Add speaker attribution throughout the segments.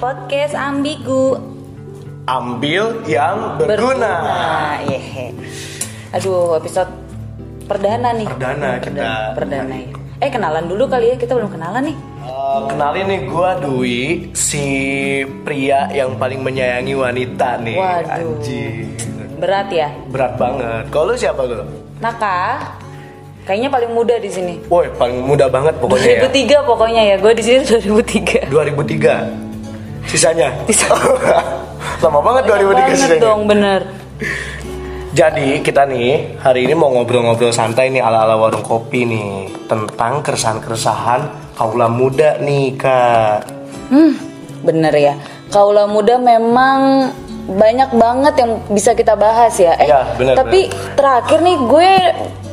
Speaker 1: podcast ambigu
Speaker 2: Ambil yang berguna.
Speaker 1: berguna. Yehe. Aduh, episode perdana nih. Perdana-
Speaker 2: Perdana kita.
Speaker 1: Perdana ya. Eh kenalan dulu kali ya, kita belum kenalan nih.
Speaker 2: Eh, kenalin nih gua Dwi, si pria yang paling menyayangi wanita nih.
Speaker 1: Waduh.
Speaker 2: Anjing.
Speaker 1: Berat ya.
Speaker 2: Berat banget. Kalau lu siapa lu?
Speaker 1: Naka kayaknya paling muda di sini.
Speaker 2: Woi, paling muda banget pokoknya ya.
Speaker 1: 2003 pokoknya ya. Gue di sini 2003.
Speaker 2: 2003. Sisanya.
Speaker 1: Sisa-
Speaker 2: Lama banget 2003
Speaker 1: Banget
Speaker 2: sisanya.
Speaker 1: dong, bener.
Speaker 2: Jadi kita nih hari ini mau ngobrol-ngobrol santai nih ala-ala warung kopi nih tentang keresahan-keresahan kaula muda nih kak.
Speaker 1: Hmm, bener ya. Kaula muda memang banyak banget yang bisa kita bahas ya. Eh,
Speaker 2: Ya, bener,
Speaker 1: tapi terakhir nih gue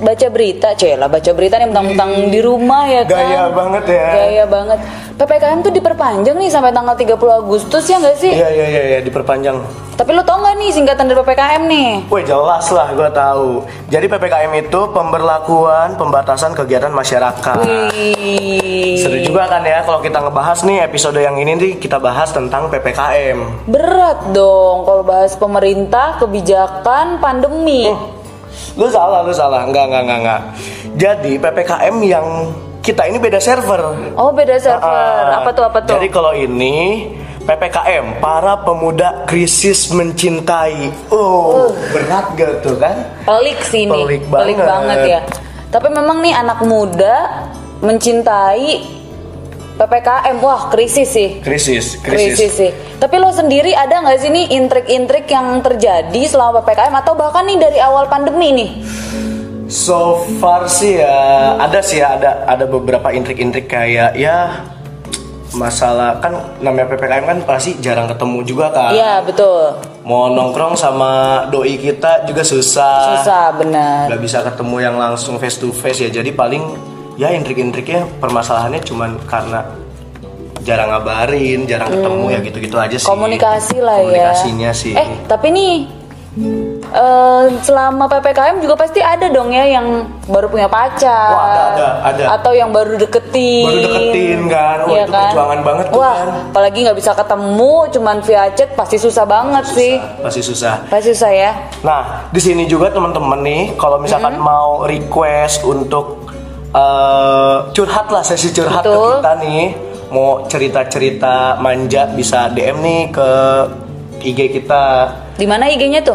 Speaker 1: baca berita, cela baca berita nih tentang di rumah ya kan.
Speaker 2: Gaya banget ya.
Speaker 1: Gaya banget. PPKM tuh diperpanjang nih sampai tanggal 30 Agustus ya nggak sih?
Speaker 2: Iya iya iya ya, diperpanjang.
Speaker 1: Tapi lo tau nggak nih singkatan dari PPKM nih?
Speaker 2: Woi jelas lah gue tahu. Jadi ppkm itu pemberlakuan pembatasan kegiatan masyarakat.
Speaker 1: Wih.
Speaker 2: Seru juga kan ya kalau kita ngebahas nih episode yang ini nih kita bahas tentang ppkm.
Speaker 1: Berat dong kalau bahas pemerintah, kebijakan, pandemi.
Speaker 2: Oh. Lu salah lu salah nggak nggak nggak nggak. Jadi ppkm yang kita ini beda server.
Speaker 1: Oh beda server.
Speaker 2: Ah,
Speaker 1: apa tuh apa tuh?
Speaker 2: Jadi kalau ini PPKM para pemuda krisis mencintai. Oh, berat gak tuh kan?
Speaker 1: pelik sih ini.
Speaker 2: Pelik
Speaker 1: Pelik
Speaker 2: banget.
Speaker 1: banget ya. Tapi memang nih anak muda mencintai PPKM. Wah, krisis sih.
Speaker 2: Krisis,
Speaker 1: Krisis,
Speaker 2: krisis.
Speaker 1: sih. Tapi lo sendiri ada nggak sih nih intrik-intrik yang terjadi selama PPKM atau bahkan nih dari awal pandemi nih?
Speaker 2: So far sih ya ada sih ya ada ada beberapa intrik-intrik kayak ya masalah kan namanya PPKM kan pasti jarang ketemu juga kan.
Speaker 1: Iya, betul.
Speaker 2: Mau nongkrong sama doi kita juga susah.
Speaker 1: Susah bener.
Speaker 2: nggak bisa ketemu yang langsung face to face ya jadi paling ya intrik-intriknya permasalahannya cuman karena jarang ngabarin jarang ketemu ya gitu-gitu aja sih
Speaker 1: Hmm. Komunikasi lah
Speaker 2: komunikasinya
Speaker 1: ya.
Speaker 2: sih
Speaker 1: Eh, tapi nih eh, selama PPKM juga pasti ada dong ya yang baru punya pacar.
Speaker 2: Wah, ada, ada, ada.
Speaker 1: Atau yang baru deketin.
Speaker 2: Baru deketin, kan. Wah,
Speaker 1: Iya
Speaker 2: itu perjuangan banget tuh,
Speaker 1: Wah,
Speaker 2: kan.
Speaker 1: apalagi nggak bisa ketemu cuman via chat pasti susah banget sih.
Speaker 2: Susah, pasti susah
Speaker 1: Pasti susah ya.
Speaker 2: nah di sini juga teman-teman nih kalau misalkan mau request untuk eh, curhat lah sesi curhat
Speaker 1: Betul.
Speaker 2: ke kita nih mau cerita-cerita manja bisa DM nih ke IG kita
Speaker 1: Di mana IG-nya tuh?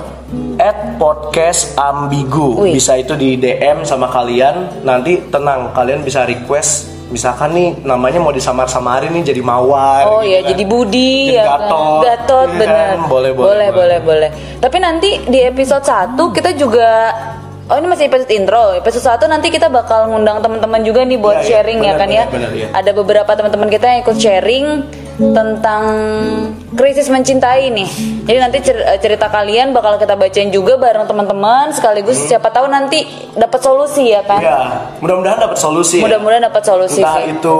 Speaker 2: at podcast ambigu
Speaker 1: Wih.
Speaker 2: bisa itu di DM sama kalian nanti tenang kalian bisa request misalkan nih namanya mau disamar-samarin nih jadi mawar
Speaker 1: Oh
Speaker 2: gitu
Speaker 1: ya,
Speaker 2: kan.
Speaker 1: jadi Budi
Speaker 2: Jadi
Speaker 1: ya
Speaker 2: Gatot,
Speaker 1: kan. Gatot
Speaker 2: iya kan?
Speaker 1: bener.
Speaker 2: Boleh, boleh,
Speaker 1: boleh, boleh,
Speaker 2: boleh.
Speaker 1: boleh. Tapi nanti di episode 1 kita juga Oh ini masih episode intro. Episode 1 nanti kita bakal ngundang teman-teman juga nih buat
Speaker 2: Iya, iya.
Speaker 1: sharing ya
Speaker 2: Benar,
Speaker 1: kan
Speaker 2: benar,
Speaker 1: ya.
Speaker 2: benar, iya.
Speaker 1: Ada beberapa teman-teman kita yang ikut sharing tentang krisis mencintai nih. Jadi nanti cer- eh, cerita kalian bakal kita bacain juga bareng teman-teman sekaligus
Speaker 2: Hmm.
Speaker 1: siapa tahu nanti dapat solusi ya kan.
Speaker 2: ya mudah-mudahan dapat solusi
Speaker 1: Mudah-mudahan dapat solusi
Speaker 2: iya. entah
Speaker 1: sih.
Speaker 2: itu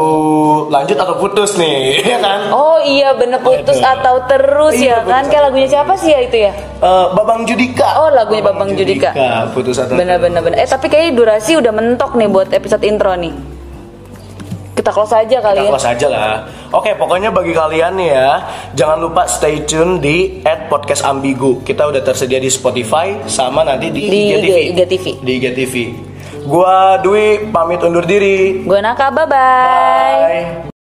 Speaker 2: lanjut atau putus nih ya kan
Speaker 1: Oh iya bener putus
Speaker 2: Aduh.
Speaker 1: atau terus
Speaker 2: Iya,
Speaker 1: ya kan
Speaker 2: putus
Speaker 1: Kayak lagunya siapa sih ya itu ya
Speaker 2: Eh, Babang Judika
Speaker 1: Oh, lagunya Babang Judika.
Speaker 2: putus atau
Speaker 1: Bener bener bener Eh tapi kayaknya durasi udah mentok nih buat episode intro nih Kita close aja kali
Speaker 2: Kita
Speaker 1: ya
Speaker 2: close aja lah. Oke, pokoknya bagi kalian nih ya, jangan lupa stay tune di @podcastambigu. Kita udah tersedia di Spotify sama nanti di,
Speaker 1: Di
Speaker 2: IGTV.
Speaker 1: IGTV.
Speaker 2: Di IGTV. Gua Dwi pamit undur diri.
Speaker 1: Gue Naka bye bye
Speaker 2: Bye.